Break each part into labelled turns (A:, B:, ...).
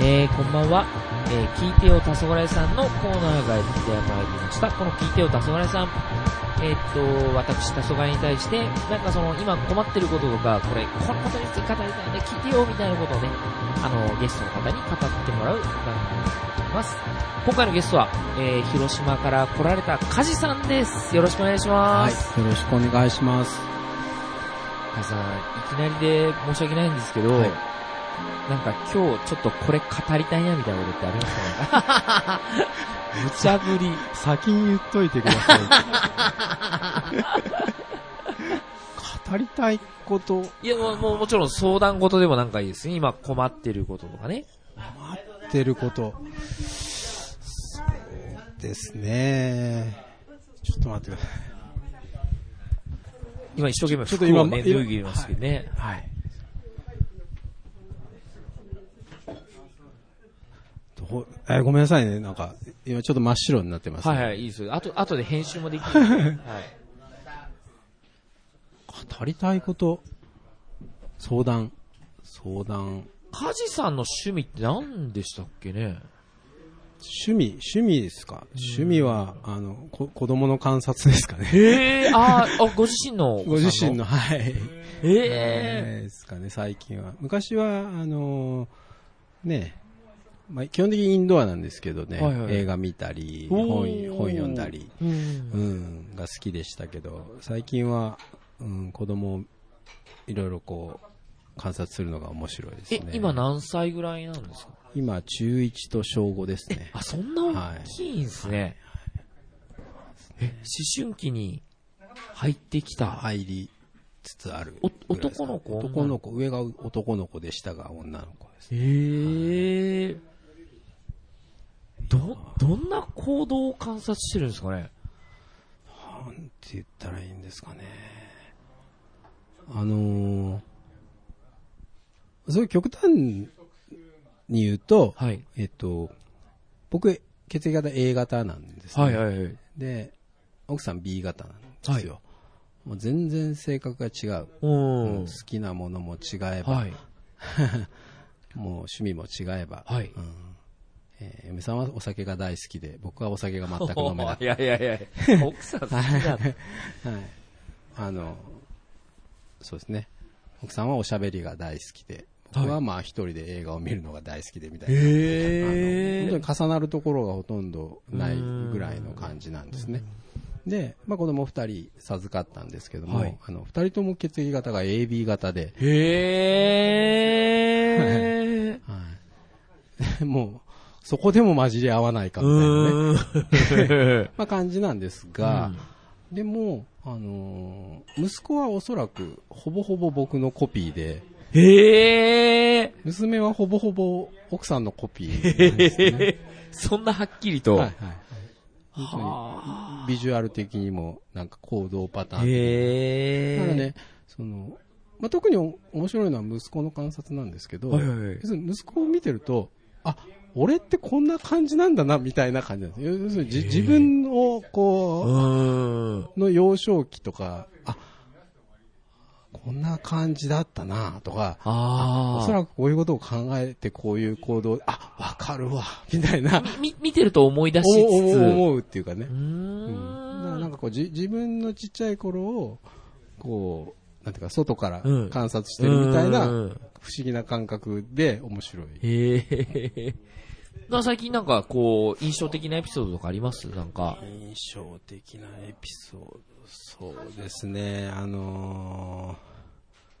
A: えー、こんばんは。えー、聞いてよ、たそがれさんのコーナーがやってまいりました。この聞いてよ、たそがれさん。えーっと、私、たそがれに対して、なんかその、今困ってることとか、これ、このことについて語りたいんで聞いてよ、みたいなことをね、あの、ゲストの方に語ってもらう番組になっております。今回のゲストは、えー、広島から来られたカジさんです。よろしくお願いしま
B: はい、
A: す。
B: よろしくお願いします。
A: カジさん、いきなりで申し訳ないんですけど、
B: はい
A: なんか今日ちょっとこれ語りたいなみたいなことってありますかね 無茶ぶり。
B: 先に言っといてください。語りたいこと、
A: いや、もうもうもちろん相談事でもなんかいいですね。今困ってることとかね。
B: 待ってること。そうですね。ちょっと待ってください。
A: 今一生懸命
B: ちょっと
A: 服をね、
B: 今
A: 脱いでますけどね。
B: はい。どうえごめんなさいね、なんか、今ちょっと真っ白になってます、
A: はいはい、いいですよ。あと、あとで編集もでき るんで。はい。
B: 語りたいこと、相談、相談、
A: カジさんの趣味って何でしたっけね
B: 趣味、趣味ですか、趣味は、あの、こ子供の観察ですかね。
A: ええー、あーあ、ご自身のお
B: ご
A: 子さんの。
B: 自身の、。はい。
A: ええ
B: ですかね、最近は。昔は、あのーね、まあ、基本的にインドアなんですけどね、
A: はいはい
B: 映画見たり、
A: おー
B: 本、本読んだり、
A: ー。うん。
B: うん、が好きでしたけど、最近は、うん、子供をいろいろこう、観察するのが面白いです
A: え
B: ね。、
A: 今何歳ぐらいなんですか
B: 今、中1と小5ですね。
A: あ、そんな大きいんですね。え、思春期に入ってきた。
B: 入りつつある
A: お
B: ぐらいですか
A: 男の子
B: 男の子上が男の子で下が女の子です
A: えー。ど、どんな行動を観察してるんですかね
B: なんて言ったらいいんですかねあのー、すごい極端に言うと、
A: はい。
B: えっと僕血液型 A 型なんです、ね
A: はいはいはい。
B: で奥さん B 型なんですよ、もう全然性格が違う、
A: うん
B: 好。きなものも違えば、
A: はい。
B: もう趣味も違えば、
A: はい。
B: えー嫁さんはお酒が大好きで、僕はお酒が全く飲め なく
A: い
B: て、
A: やいやいや、奥さん好きだ。
B: はい。あの、そうですね。奥さんはおしゃべりが大好きで、僕はまあ一人で映画を見るのが大好きでみたいな。あの
A: え
B: 本当に重なるところがほとんどないぐらいの感じなんですね。で、まあ、子供二人授かったんですけども、
A: はい
B: あの二人とも血液型が AB 型で、
A: ー。へ ー。
B: はい、 もうそこでも混じり合わないかみたいなね。
A: うーん。
B: まあ、感じなんですが、でも、あのー息子はおそらくほぼほぼ僕のコピーで、
A: へー。
B: 娘はほぼほぼ奥さんのコピ ーなんですね。
A: そんなはっきりと。
B: はいはい本当にビジュアル的にもなんか行動パターンで。
A: へ
B: なの
A: ー。
B: で、そのまあ、特にお面白いのは息子の観察なんですけど、
A: はいはいはい
B: 要するに息子を見てると、あ俺ってこんな感じなんだな、みたいな感じなんですよ。要するにじ自分をこう、
A: うん。
B: の幼少期とか、あ、こんな感じだったなとか、
A: あ
B: おそらくこういうことを考えてこういう行動、あ、わかるわ、みたいな、
A: み、見てると思い出し
B: 思
A: つつ。
B: う
A: う
B: 思うっていうかね
A: ー。
B: だから
A: ん。
B: なんかこうじ自分のちっちゃい頃を、こう、なんていうか、外から
A: うん
B: 観察してるみたいな、
A: うん
B: 不思議な感覚で面白い。
A: へえ。 な、最近なんかこう、印象的なエピソードとかありますなんか。
B: 印象的なエピソード、そうですね、あのー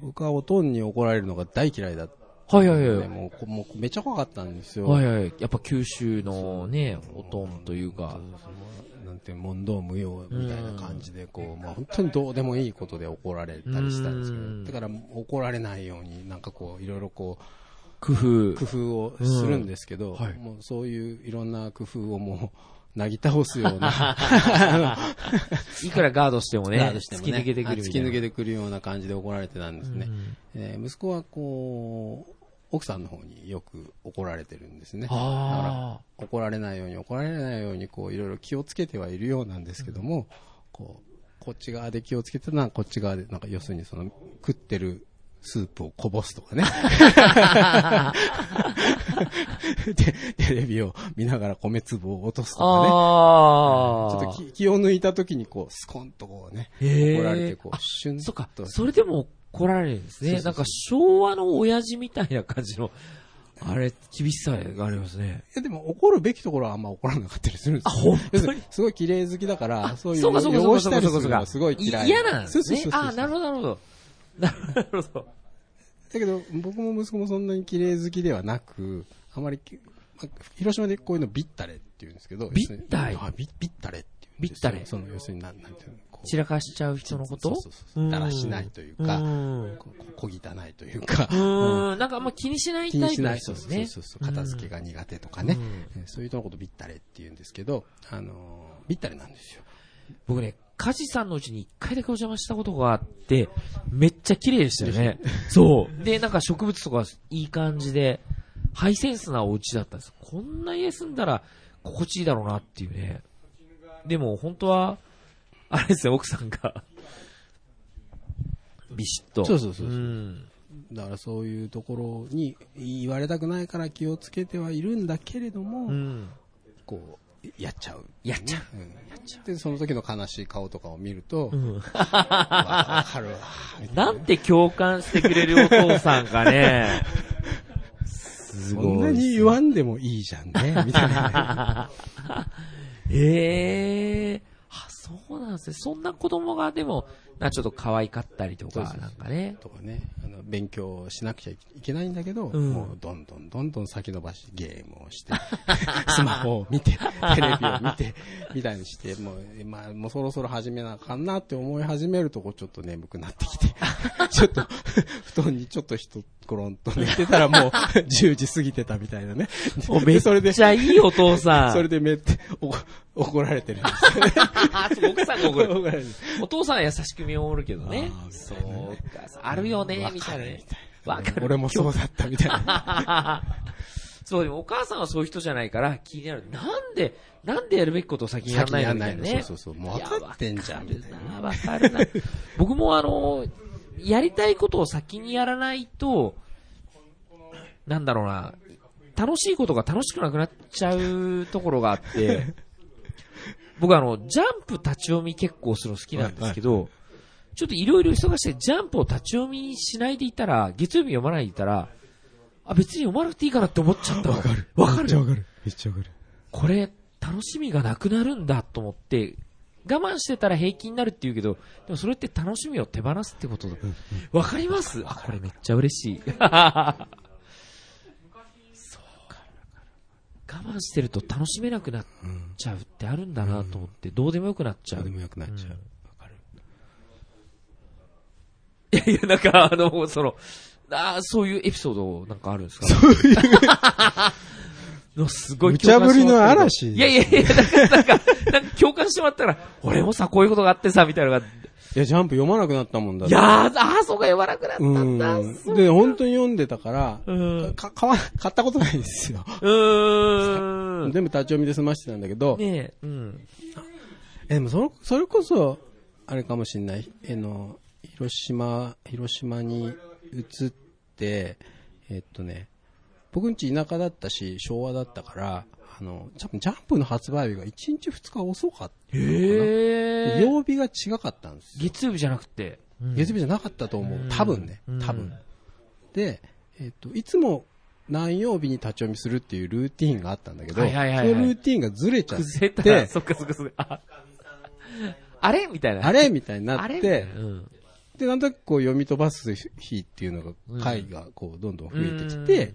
B: 僕はおとんに怒られるのが大嫌いだった
A: はいはいは
B: ね
A: い。
B: もうこもうめっちゃ怖かったんですよ。
A: はいはい。やっぱ九州のね、おとんというか。
B: なんて問答無用みたいな感じでこう、まあ、本当にどうでもいいことで怒られたりしたんですけ
A: う
B: ど
A: ん
B: だから怒られないようになんかこういろいろこ
A: 工夫。
B: う工夫をするんですけど、
A: うんはい
B: もうそういういろんな工夫をもうなぎ倒すよ うな
A: いくらガードしてもね、
B: ガードしても
A: 突
B: ね
A: き抜けてくる
B: あ
A: み
B: 突
A: た
B: き
A: いな。
B: 抜けてくるような感じで怒られてたんですね、えー息子はこう奥さんの方によく怒られてるんですね
A: あ
B: 怒られないように怒られないようにこういろいろ気をつけてはいるようなんですけども、こうこっち側で気をつけてたのはこっち側でなんか要するにその食ってるスープをこぼすと かね。 で、テレビを見ながら米粒を落とすとか
A: あ
B: ね。ち
A: あ。
B: ょっと気気を抜いた時にこう、スコンとこうね、
A: へー
B: 怒られてこう、シュン
A: そっか、
B: と。
A: それでも怒られるんですね。
B: そうそうそう
A: なんか昭和の親父みたいな感じの、あれ、厳しさがありますね。
B: いやでも怒るべきところはあんま怒らなかったりするんです
A: あ、ほん
B: 要するにすごい綺麗好きだから、そういう
A: そうかそうかそう
B: 汚
A: か
B: し
A: そう
B: た
A: か
B: り
A: そうか
B: するのがすごい嫌い。
A: 嫌なんです
B: そう
A: ね
B: そ。うそうそう
A: あ、なるほど、なるほど。なるほど。
B: だけど、僕も息子もそんなに綺麗好きではなく、あまりき、まあ広島でこういうのビッタレって言うんですけど、
A: ビッタレ
B: 要するにあビビッタレって言うん
A: ビ
B: ですよ
A: ッタレ
B: その、要するになん、なんていうの、こう
A: 散らかしちゃう人のこと
B: そうそうそう。だらしないという
A: う
B: か、
A: ん。
B: こう小汚いというか、
A: う
B: うん
A: ん。なんかあんま気にしない
B: 気
A: タ
B: に
A: イ
B: し
A: プ
B: な
A: で
B: い。
A: す
B: そう
A: よ
B: そう
A: ね。
B: そうそう。片付けが苦手とかね。えーそういう人のことビッタレって言うんですけど、あのー、ビッタレなんですよ。
A: 僕ね、カジさんのうちに一回だけお邪魔したことがあって、めっちゃ綺麗でしたよね。そう。で、なんか植物とかいい感じで、ハイセンスなお家だったんです。こんな家住んだら心地いいだろうなっていうね。でも本当は、あれですよ、奥さんが。ビシッと。。
B: そうそうそうそうんだからそういうところに言われたくないから気をつけてはいるんだけれども、
A: うん。
B: こう、やっちゃう。
A: やっちゃ
B: うん。で、その時の悲しい顔とかを見ると、
A: う。うん。
B: わかるわ。みたい
A: なんて共感してくれるお父さんかね。す
B: そ
A: ごい。
B: んなに言わんでもいいじゃんね、みたいな。
A: ええあ、そうなんですね。そんな子供がでも、なちょっと可愛かったりと
B: そうそ
A: か
B: うそ、う
A: なんかね。
B: とかね、あの、勉強しなくちゃいけないんだけど、
A: うん
B: もうどんどんどんどん先延ばしゲームをして、 スマホを見て、テレビを見て、みたいにして、もう、まあ、もうそろそろ始めなあかんなって思い始めると、こうちょっと眠くなっ てきて、ちょっと、布団にちょっとひとコロンと寝てた らもう10時過ぎてたみたいなね。
A: おめ
B: で
A: っ
B: それで、
A: ちゃいいお父 さん。
B: それでめって、おこ怒られてるんです
A: あ、そう奥さんが 怒
B: よ
A: る。
B: 怒られてる。
A: お父さんは優しく見守るけどね
B: あ。ー
A: そう
B: み
A: か、あるよね、みたいなね。わかる。
B: 俺もそうだったみたいな。
A: そう、でもお母さんはそういう人じゃないから気になる。なんで、なんでやるべきことを先にやら
B: 先に
A: ない
B: や
A: の
B: ん
A: みた
B: ない
A: いな
B: の。
A: ね。
B: そうそうそう。もう分かってんじゃん、みたいな。
A: な。わかるな。 僕もあの、やりたいことを先にやらないと、なんだろうな、楽しいことが楽しくなくなっちゃうところがあって、僕あの、ジャンプ立ち読み結構するの好きなんですけど、ちょっといろいろ忙しいジャンプを立ち読みしないでいたら、月曜日読まないでいたら、あ、別に読まなくていいかなって思っちゃったの。わかる。わかる。
B: かる。めっちゃわかる。
A: これ、楽しみがなくなるんだと思って、我慢してたら平気になるって言うけど、でもそれって楽しみを手放すってことだ。わかりますあ、これめっちゃ嬉しい。 そうか。我慢してると楽しめなくなっ
B: うん。
A: ちゃうってあるんだなと思って、どうでもよくなっちゃ
B: どう
A: う
B: で。もよくなっちゃう。わかる。
A: いやいや、なんかあの、その、あーそういうエピソードなんかあるんですかそう いう。のすごい共感してもらったけど
B: 無茶ぶりの嵐
A: いやいやいや、なんか、なんか、なんか共感してもらったら、俺もさ、こういうことがあってさ、みたいなのが、
B: いや、ジャンプ読まなくなったもんだっ
A: い
B: て
A: やー、あーそうか、読まなくなったんだ。
B: うん。で、本当に読んでたから、
A: うん。う
B: か、買わ、買ったことないんですよ。
A: ーん。ね
B: 全部立ち読みで済ましてたんだけど、
A: え、うん。
B: え、でもその、それこそ、あれかもしんない。えの、広島、広島に移って、えっとね、僕ん家田舎だったし、昭和だったから、あの、多分ジャンプの発売日が1日2日遅かったのかな。
A: へえ。
B: 曜日が違かったんですよ。
A: 月曜日じゃなくて。
B: 月曜日じゃなかったと思う。多分ね
A: うん。
B: 多分。で、えっと、いつも何曜日に立ち読みするっていうルーティーンがあったんだけど、そ
A: はいはいはいはい
B: のルーティーンがずれちゃっ
A: 崩れたら、
B: て、
A: そっかそっかそっか。ああれみたいな。
B: あれみたいにな
A: あ
B: っ
A: れ
B: て、
A: うん。
B: で、なんとなくこう読み飛ばす日っていうのが、回がこうどんどん増えてき
A: う
B: て
A: ん、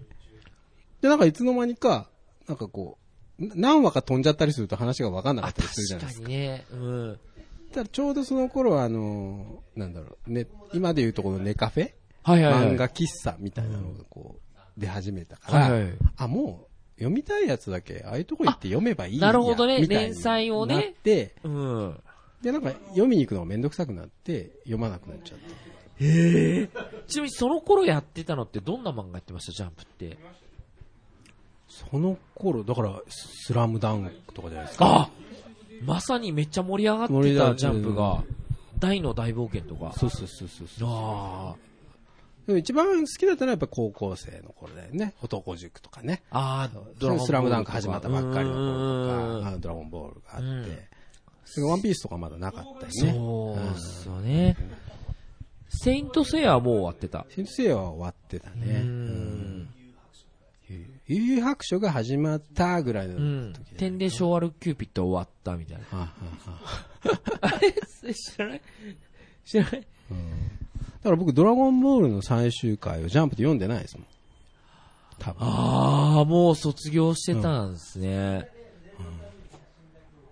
B: で、なんかいつの間にか、なんかこう、な何話か飛んじゃったりすると話が分かんなかったりするじゃ
A: 確
B: ないで
A: か
B: すか。
A: にね。うん。
B: ただちょうどその頃はあのー、なんだろう、ね、今でいうとこのネカフェ
A: はいはい、はい。
B: 漫画喫茶みたいなのがこう、出始めたか
A: はいは
B: ら
A: い、
B: あ、もう読みたいやつだけ、ああいうとこ行って読めばいいんや
A: なるほどね
B: みたいに
A: 連載をね
B: なって、
A: うん。
B: で、なんか読みに行くのがめんどくさくなって、読まなくなっちゃった。
A: へえ。ちなみにその頃やってたのってどんな漫画やってましたジャンプって。
B: その頃、だから、スラムダンクとかじゃないです
A: あ
B: か。
A: まさにめっちゃ盛り上がって
B: 盛り上が
A: た
B: って
A: ジャンプが、大の大冒険とか。
B: そうそうそうそうそう。
A: ああ。
B: でも一番好きだったのはやっぱ高校生の頃だよね。男塾とかね。
A: ああ、
B: ドラスラムダンク始まったばっかりの頃と
A: うん
B: か、あのドラゴンボールがあ
A: うん
B: って、でワンピースとかまだなかったりね。
A: そうっすよね。セイントセイヤはもう終わってた。
B: 先生は終わってたね。
A: う
B: うんん幽遊白書が始まったぐらいの
A: う
B: 時
A: ん。点で昭和ルキューピット終わったみたいな。
B: はあはあは あ
A: あれ知らない知らない
B: だから僕、ドラゴンボールの最終回をジャンプで読んでないですもん。多分。
A: ああ、もう卒業してたんですね。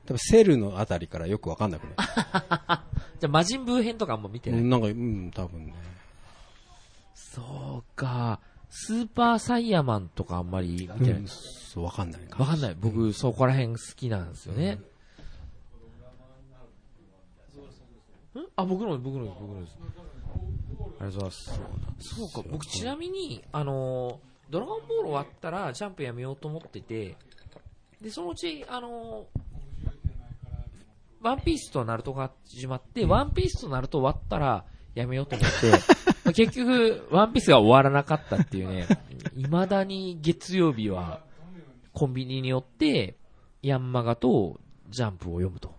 B: 多分セルのあたりからよくわかんなくなっ
A: じゃあ、魔人ブー編とかあんま見て
B: て。
A: ない、
B: なんか、うん、多分ね。
A: そうか。スーパーサイヤマンとかあんまり見てない。
B: うんそう、わかんないか。
A: わかんない。僕、そこら辺好きなんですよね。んあ、僕のです、僕のです、僕のです。ありがとうございます。そうか、僕ちなみに、あのー、ドラゴンボール終わったらジャンプやめようと思ってて、で、そのうち、あのー、ワンピースとナルトが始まって、ワンピースとナルト終わったらやめようと思 って、まあ結局、ワンピースが終わらなかったっていうね、未だに月曜日はコンビニに寄って、ヤンマガとジャンプを読むと。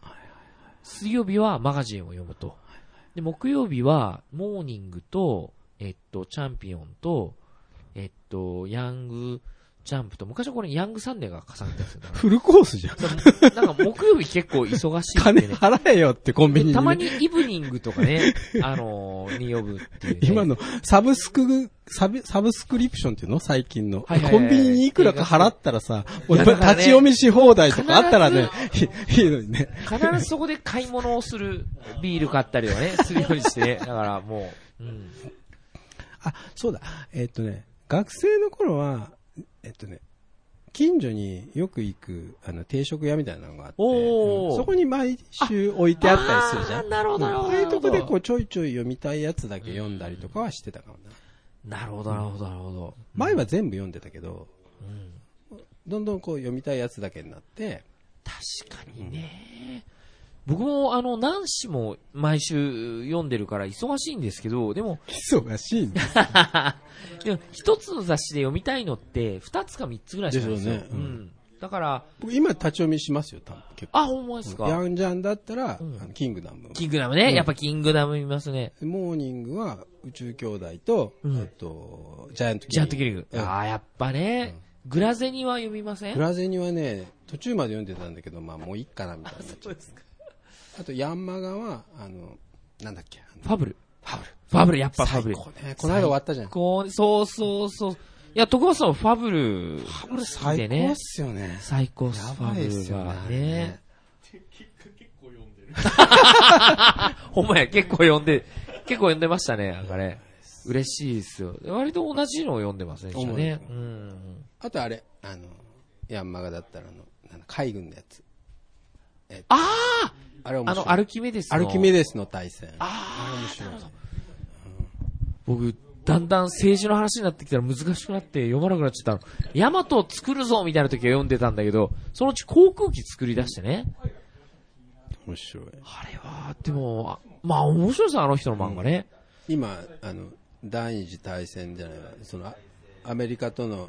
A: 水曜日はマガジンを読むと。で、木曜日は、モーニングと、えっと、チャンピオンと、えっと、ヤングジャンプと、昔はこれヤングサンデーが重ねたんですよ。
B: フルコースじゃん。
A: なんか木曜日結構忙しいって
B: 金
A: ね。
B: 払えよってコンビニにね。
A: たまにイブニングとかね、あのーに呼ぶっていう、ね。
B: 今の、サブスク、サブ、サブスクリプションっていうの最近の。
A: はいはいはい
B: コンビニにいくらか払ったらさ、
A: いや
B: 俺立
A: だからね
B: ち読みし放題とかあったらね、いいいのにね。
A: 必ずそこで買い物をする、ビール買ったりと かね、するようにしてね。だからもう、うん。
B: あ、そうだ。えっとね、学生の頃は、えっとね、近所によく行く、あの、定食屋みたいなのがあって、
A: おー
B: うんそこに毎週置いてあったりするじゃ
A: あー
B: ん。
A: なるほどなるほど
B: うんああいうとこでこう、ちょいちょい読みたいやつだけ読んだりとかはしてたかもな。
A: なるほど、なるほど、なるほど。
B: 前は全部読んでたけど、
A: うん。
B: どんどんこう読みたいやつだけになって、
A: 確かにね。僕も、あの、何誌も毎週読んでるから忙しいんですけど、でも、
B: 忙しいんだ。
A: でも一つの雑誌で読みたいのって、二つか三つぐらいしかないんですよ。
B: でしょうね
A: う
B: うん
A: ん。だから、
B: 僕今立ち読みしますよ、多分結
A: あ、ほんまです
B: 構。ヤ
A: か。
B: ンジャンだったら、
A: うん
B: あのキングダム。
A: キングダムね。やっぱキングダム見ますね。
B: モーニングは宇宙兄弟と、
A: うん
B: えっと、ジャイアントキ
A: ジ
B: リ
A: ャ
B: ン
A: ン
B: グ
A: トキリング。
B: うん
A: ああ、やっぱね。グラゼニは読みません
B: プラゼニはね、途中まで読んでたんだけど、まあもういいかなみたいな。
A: そうですか。
B: あと、ヤンマガは、あの、なんだっけ、あの
A: ファブル。
B: ファブル。
A: ファブル、やっぱファブ
B: 最
A: ル。
B: 高ね。この間終わったじゃん。フ
A: こう、そうそうそう。いや、徳橋さんはファブル。
B: ァブル最高っすよね。
A: 最高っす、
B: や
A: フ
B: ばい
A: ァ
B: っ
A: ブ
B: す
A: ル
B: よね
A: が
B: あれ
A: ね
B: ね。
A: ほんまや、結構読んで、結構読んでましたね、なんかね。嬉しいですよ。割と同じのを読んでますね、一緒ね。うん。
B: あとあれ、あの、ヤンマガだったらあの、なんだ海軍のやつ。
A: あ
B: あれ
A: ああ
B: 面白い。
A: の、アルキメデス
B: ア
A: の。
B: ルキメデスの対戦。あ
A: あ
B: れ面白い。
A: ー僕、だんだん政治の話になってきたら難しくなって読まなくなっちゃったの。ヤマトを作るぞみたいな時は読んでたんだけど、そのうち航空機作り出してね。
B: 面白い。
A: あれは、でも、あまあ面白いさ、あの人の漫画ね。
B: 今、あの、第二次大戦じゃないわその、あアメリカとの、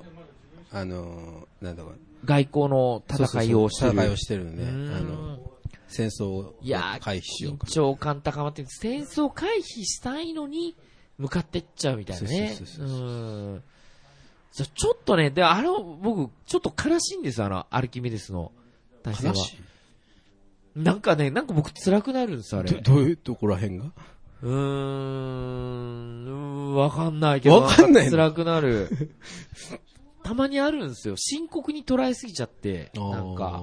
B: あの、なんだか、
A: 外交の戦いをしてる。
B: 戦いをしてるのね。
A: うん
B: あの、戦争を
A: いやー
B: 回避しようか
A: 緊。張感高まってる、戦争を回避したいのに、向かってっちゃうみたいなね。
B: そうそうそううそ
A: ん。じゃあちょっとね、で、あの、僕、ちょっと悲しいんですよ、あの、アルキメデスの対戦は。なんかね、なんか僕辛くなるんですよ、あれ。
B: ど
A: う
B: どういうところらへんが
A: ーん、うーんわかんないけど。
B: わかんないの
A: 辛くなる。 たまにあるんですよ。深刻に捉えすぎちゃって、なんか。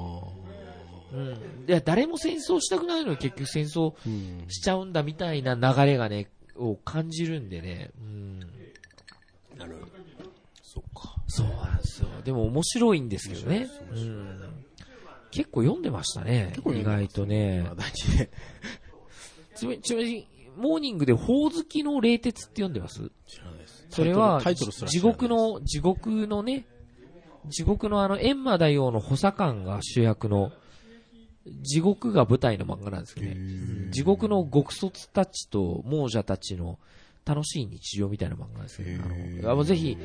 A: うん。いや、誰も戦争したくないのに結局戦争
B: あー、うん
A: しちゃうんだみたいな流れがね、を感じるんでね。うん。
B: なるほど。そっか。
A: そうなんですよ。でも面白いんですけどね。うん。結構読んでましたね。
B: 結構
A: 意
B: 読んでます
A: 外とね
B: まあ。大事で。
A: ちなみにちなみに、モーニングで、ほおずきの冷徹って読んでます
B: 知らないです。
A: それは、
B: タイトルすら
A: 地
B: 知らない
A: 獄。の、地獄のね、地獄のあの、閻魔大王の補佐官が主役の、地獄が舞台の漫画なんですけどね。地獄の獄卒たちと亡者たちの楽しい日常みたいな漫画です
B: へ
A: ね。
B: ー
A: あのあもうぜひ、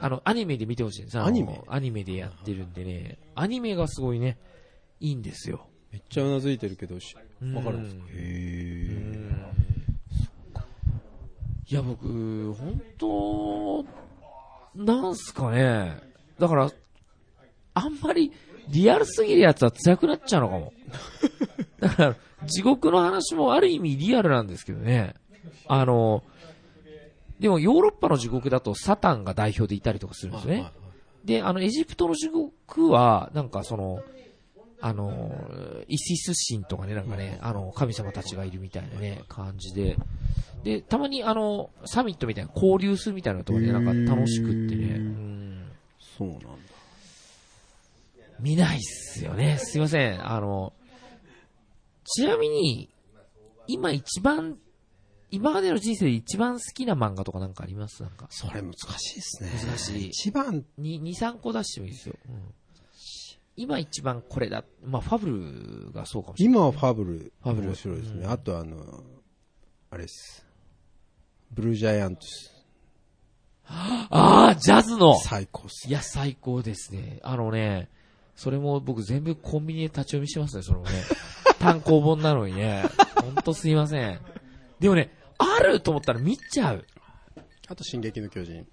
A: あの、アニメで見てほしいです。あの
B: アニメ
A: アニメでやってるんでね、アニメがすごいね、いいんですよ。
B: めっちゃうなずいてるけど、し
A: うん
B: わかるんですか
A: うん
B: へ
A: いや、僕、本当なんすかね。だから、あんまりリアルすぎるやつは辛くなっちゃうのかも。だから、地獄の話もある意味リアルなんですけどね。あの、でもヨーロッパの地獄だとサタンが代表でいたりとかするんですよね。で、あの、エジプトの地獄は、なんかその、あの、イシス神とかね、なんかね、あの、神様たちがいるみたいなね、感じで。で、たまにあの、サミットみたいな交流するみたいなとこで、なんか楽しくってね。
B: へー
A: うん
B: そうなんだ。
A: 見ないっすよね。すいません。あの、ちなみに、今一番、今までの人生で一番好きな漫画とかなんかありますなんか。
B: それ難しいですね。
A: 難しい
B: 一番、
A: に、2、3個出してもいいですよ。うん今一番これだ。まあ、ファブルがそうかもしれない。
B: 今はファブル。
A: ファブル
B: 面白いですね。あとあの、あれです。ブルージャイアントス。
A: ああ、ジャズの
B: 最高っす
A: い。や、最高ですね。あのね、それも僕全部コンビニで立ち読みしてますね、それもね。単行本なのにね。ほんとすいません。でもね、あると思ったら見ちゃう。
B: あと、進撃の巨人。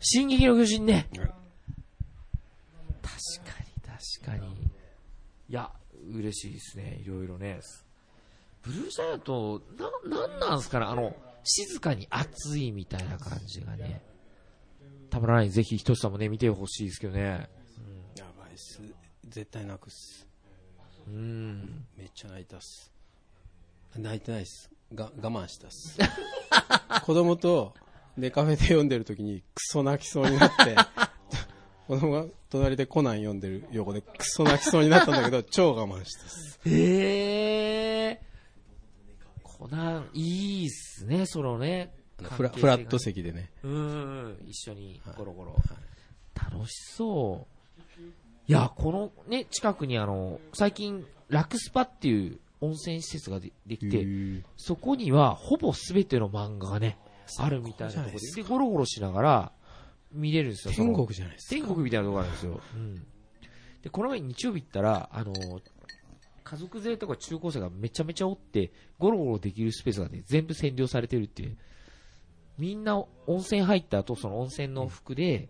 A: 進撃の巨人ね。
B: うん
A: 確かに、確かに。いや、嬉しいですね。いろいろね。ブルージャイアント、な、なんなんすかねあの、静かに熱いみたいな感じがね。たまらない。ぜひ、ひとしさんもね、見てほしいですけどね。
B: やばいっす。絶対泣くっす。
A: うん。
B: めっちゃ泣いたっす。泣いてないっす。が、我慢したっす。 子供と、ネカフェで読んでる時に、クソ泣きそうになって、 子供が隣でコナン読んでる横で、クソ泣きそうになったんだけど、超我慢したっす。
A: ええー。コナン、いいっすね、そのね。
B: フラ
A: 関係性
B: フ
A: が
B: ラ
A: ね
B: ット席でね。
A: うんうんうん、一緒にゴロゴロ。楽しそう。いや、このね、近くにあの、最近、ラクスパっていう温泉施設がでできて、そこにはほぼすべての漫画がね、あるみたいなところ
B: 最高じゃないで、
A: ですでゴロゴロしながら見れるんですよ。その
B: 天国じゃないっす
A: 天国みたいなとこあるんですよ。うん。で、この前日曜日行ったら、あの、家族連れとか中高生がめちゃめちゃおって、ゴロゴロできるスペースがね、全部占領されてるっていう。みんな温泉入った後、その温泉の服で、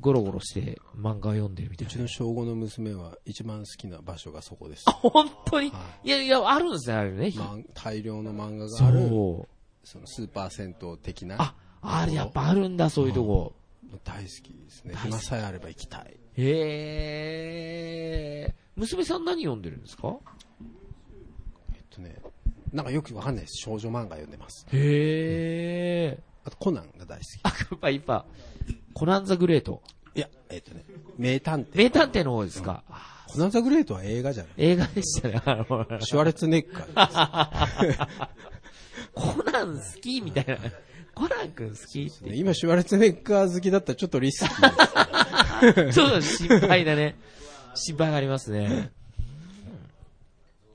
A: ゴロゴロして漫画読んでるみた
B: う
A: い
B: ち
A: な
B: の。小5の娘は一番好きな場所がそこです。
A: 本当に
B: はい
A: やいや、あるんですね、あれね。
B: まん大量の漫画がある、
A: そう。
B: そのスーパー銭湯的な、
A: あ、あれやっぱあるんだ、そういうとこ。
B: 大好きですね。
A: 大好き
B: 暇さえあれば行きたい。
A: へえ。娘さん何読んでるんですか
B: えっとね、なんかよくわかんないです。少女漫画読んでます。
A: へえ。
B: あとコナンが大好
A: あ、やっぱ、やっぱ、コナンザグレート。
B: き。いや、えっとね、名探偵。
A: 名探偵の方ですか。あ
B: コナンザグレートは映画じゃない。
A: 映画でしたね。あの、コ
B: シュワレツェネッカーです。
A: ナン好きみたいな。コナン君好きって。
B: 今、シュワレツェネッカー好きだったらちょっとリ スキー。
A: ちょっと心配だね。心配がありますね。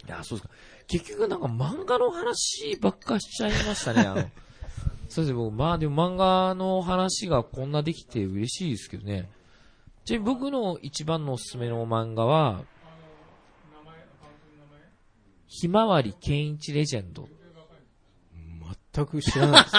A: いや、そうですか。結局なんか漫画の話ばっかしちゃいましたね、あの。そうですね、僕、まあでも漫画の話がこんなできて嬉しいですけどね。ちなみに僕の一番のおすすめの漫画は、ひまわり健一レジェンド
B: 全く知らないで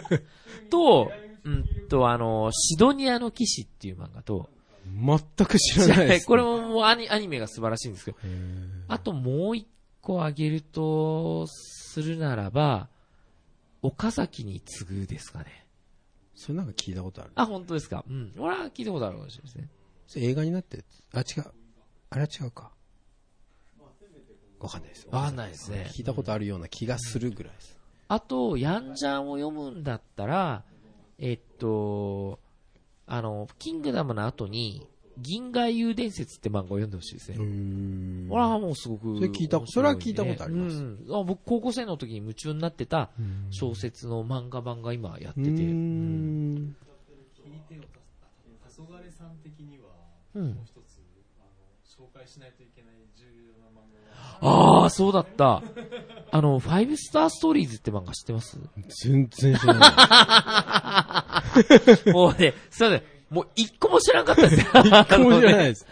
B: すね。
A: と、うんと、あの、シドニアの騎士っていう漫画と、
B: 全く知らないです、ね。
A: これももうアニアニメが素晴らしいんですけど、
B: へー
A: あともう一個あげると、するならば、岡崎に次ぐですかね。
B: それなんか聞いたことある。
A: あ、本当ですか。うん。俺は聞いたことあるかもしれないですね。
B: それ映画になってるやつあ、違う。あれは違うか。わかんないです。
A: わかんないですね
B: 聞いたことあるような気がするぐらいです。
A: あと、ヤンジャンを読むんだったら、えっと、あの、キングダムの後に、銀河遊伝説って漫画を読んでほしいですね。
B: ん
A: 俺はもうすごく。
B: それ聞いた
A: 面白んで
B: それは聞いたことあります
A: うん。あ僕、高校生の時に夢中になってた小説の漫画版が今やってて。うん
C: 聞いてよた黄昏さん的には
A: うん
C: もう一つあの紹介しないといけない重要な漫画が
A: ああ、そうだった。 あの、ファイブスターストーリーズって漫画知ってます
B: 全然知らない。
A: もうね、すいません。もう一個も知らんかったですよ。
B: 一個も知らないです。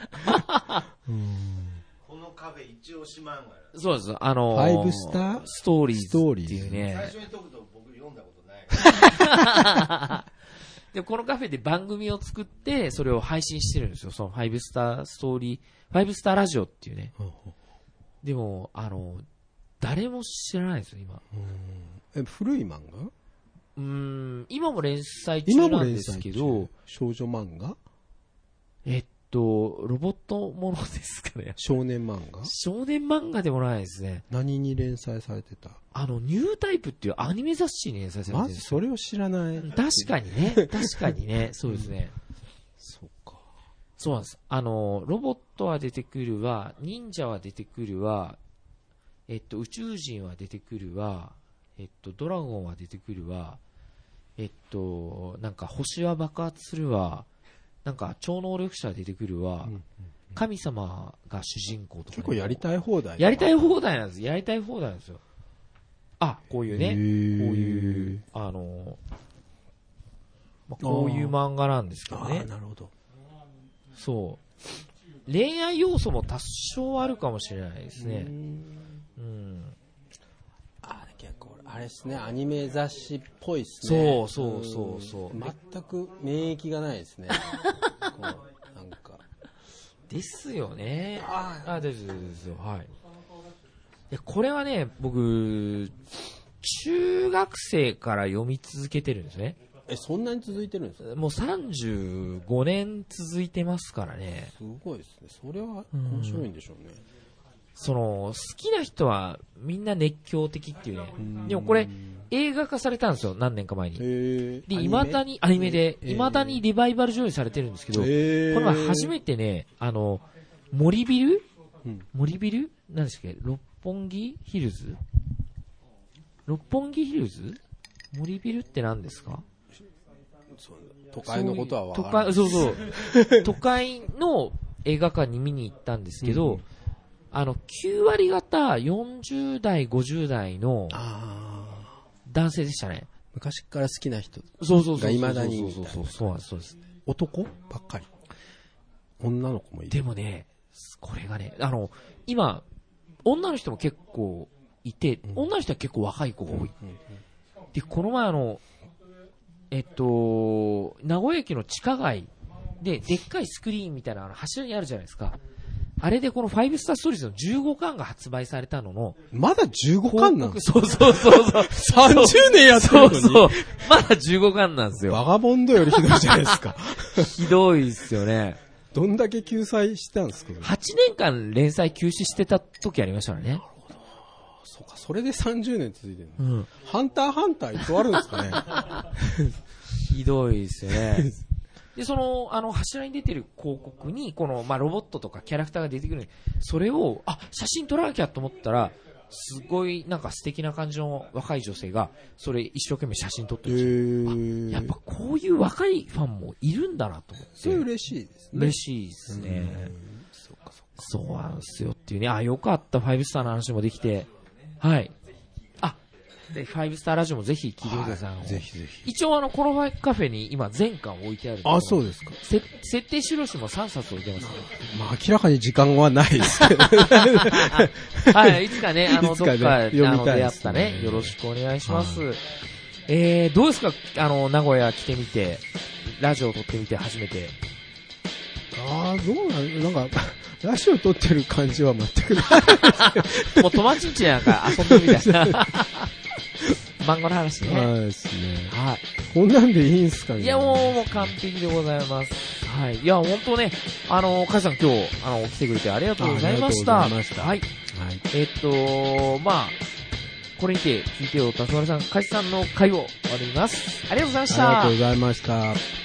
D: このカフェ一押し漫画なんで す
A: そうです。あの
B: ファイブスター
A: ストーリーズっていう
D: 最
A: ね。
D: 初に解くと僕読んだことない。
A: で、このカフェで番組を作って、それを配信してるんですよ。そのファイブスターストーリー、ファイブスターラジオっていうね。でも、あの、誰も知らないですよ、今。
B: え古い漫画
A: うーん、今も連載
B: 今
A: 中
B: も
A: なん
B: 連
A: です
B: 載
A: け
B: 中
A: ど、。
B: 少女漫画
A: えっと、ロボットものですかね。
B: 少年漫画
A: 少年漫画でもないですね。
B: 何に連載されてた
A: あの、ニュータイプっていうアニメ雑誌に連載されてる
B: ま
A: んで
B: ず
A: す
B: それを知らない。
A: 確かにね、確かにね、そうですね。
B: そうか。
A: そうなんです。あの、ロボットは出てくるわ、忍者は出てくるわ、えっと、宇宙人は出てくるわ、えっと、ドラゴンは出てくるわ、えっと、なんか星は爆発するわ、なんか超能力者は出てくるわ、神様が主人公とかね、
B: 結構やりたい放題。
A: やりたい
B: 放
A: 放題なんです。やりたい放題なんですよ。あ、こういうね、こういう、あの、まあ、こういう漫画なんですけど
B: 題。
A: ね
B: ああ、。なるほど。
A: そう。恋愛要素も多少あるかもしれないですね。うん。
B: あれ結構、あれですね、アニメ雑誌っぽいです
A: そ
B: ね。
A: うそうそうそうん
B: 全く免疫がないで すね。こうなんか。
A: ですよね。ああ、ですですですよ。はい。で、これはね、僕、中学生から読み続けてるんですね。
B: え、そんなに続いてるんですか
A: もう35年続いてますからね。
B: すごいですね。それは面白いんでしょうね。
A: その、好きな人はみんな熱狂的っていうね。でもこれ、映画化されたんですよ、何年か前に。
B: へえ。
A: で、未だに、アニメで、未だにリバイバル上映されてるんですけど、こ
B: へー
A: れは初めてね、あの、森ビル
B: うん
A: 森ビル何でしたっけ六本木ヒルズ六本木ヒルズ森ビルって何ですか
B: 都会のことは分
A: 都
B: からな
A: 会、
B: い。
A: そうそう。 都会の映画館に見に行ったんですけど、あの、9割方40代、50代の
B: ああ。
A: 男性でしたね。
B: 昔から好きな人、
A: そうそうそうそう。
B: が未だに
A: そうそうそう。そうなんです、そうです。
B: 男ばっかり。女の子もいる。
A: でもね、これがね、あの、今、女の人も結構いて、女の人は結構若い子が多い。で、この前あの、えっと、名古屋駅の地下街で、でっかいスクリーンみたいなあの柱にあるじゃないですか。あれでこのファイブスターストーリーズの15巻が発売されたのの、
B: まだ15巻なんです
A: そうそうそうそう。
B: 30年やってるの
A: そう
B: に
A: そう。まだ15巻なんです
B: よ。
A: よ。
B: バガボンドよりひどいじゃないです か。
A: ひどいですよね。
B: どんだけ救済したんですか
A: 8年間連載休止してた時ありましたからね。
B: そうか、それで30年続いてるの。
A: うん。
B: ハンターハンターいつ終わるんですかね
A: ひどいですよね。 で、その、あの、柱に出てる広告に、この、まあ、ロボットとかキャラクターが出てくるのにそれを、あ、写真撮らなきゃと思ったら、すごい、なんか素敵な感じの若い女性が、それ一生懸命写真撮って
B: へ
A: るんですよ。や
B: ー
A: っぱこういう若いファンもいるんだなと思って。
B: それ嬉しいですね。
A: 嬉しいですね。そうなんですよっていうね。あ、よかった。ファイブスターの話もできて。はい。あ、で、ファイブスターラジオもぜひ聞いてください。
B: ぜひぜひ。
A: 一応あの、このファイカフェに今全巻置いてあるん。
B: あ、そううですか。
A: せ設定資料紙も3冊置いて ますか
B: まあ明らかに時間はないですけど。
A: ら。はい、いつかね、あの、
B: いつ
A: ど
B: か
A: っ
B: ね
A: か、あ
B: 読みたい
A: の、出
B: で
A: 会っ
B: す
A: た
B: ね
A: ね。よろしくお願いします。えー、どうですかあの、名古屋来てみて、ラジオ撮ってみて初めて。
B: ああ、どうなんなんか、ラジオ撮ってる感じは全くない。
A: もう友達んちなんか遊んでるみ たいな。漫画の話ね。
B: いですね。
A: はい。
B: こんなんでいいんすかね
A: いや、もう、もう完璧でございます。はい。いや、本当ね、あの、カイさん今日、あの、来てくれてありがとうございました。
B: あありがとうございました
A: はい。
B: はい。
A: えっと、まあ、これにて、聞いてよ、たすまるさん、カイさんの会を終わります。ありがとうございまし
B: ありが
A: た
B: とう。ございました。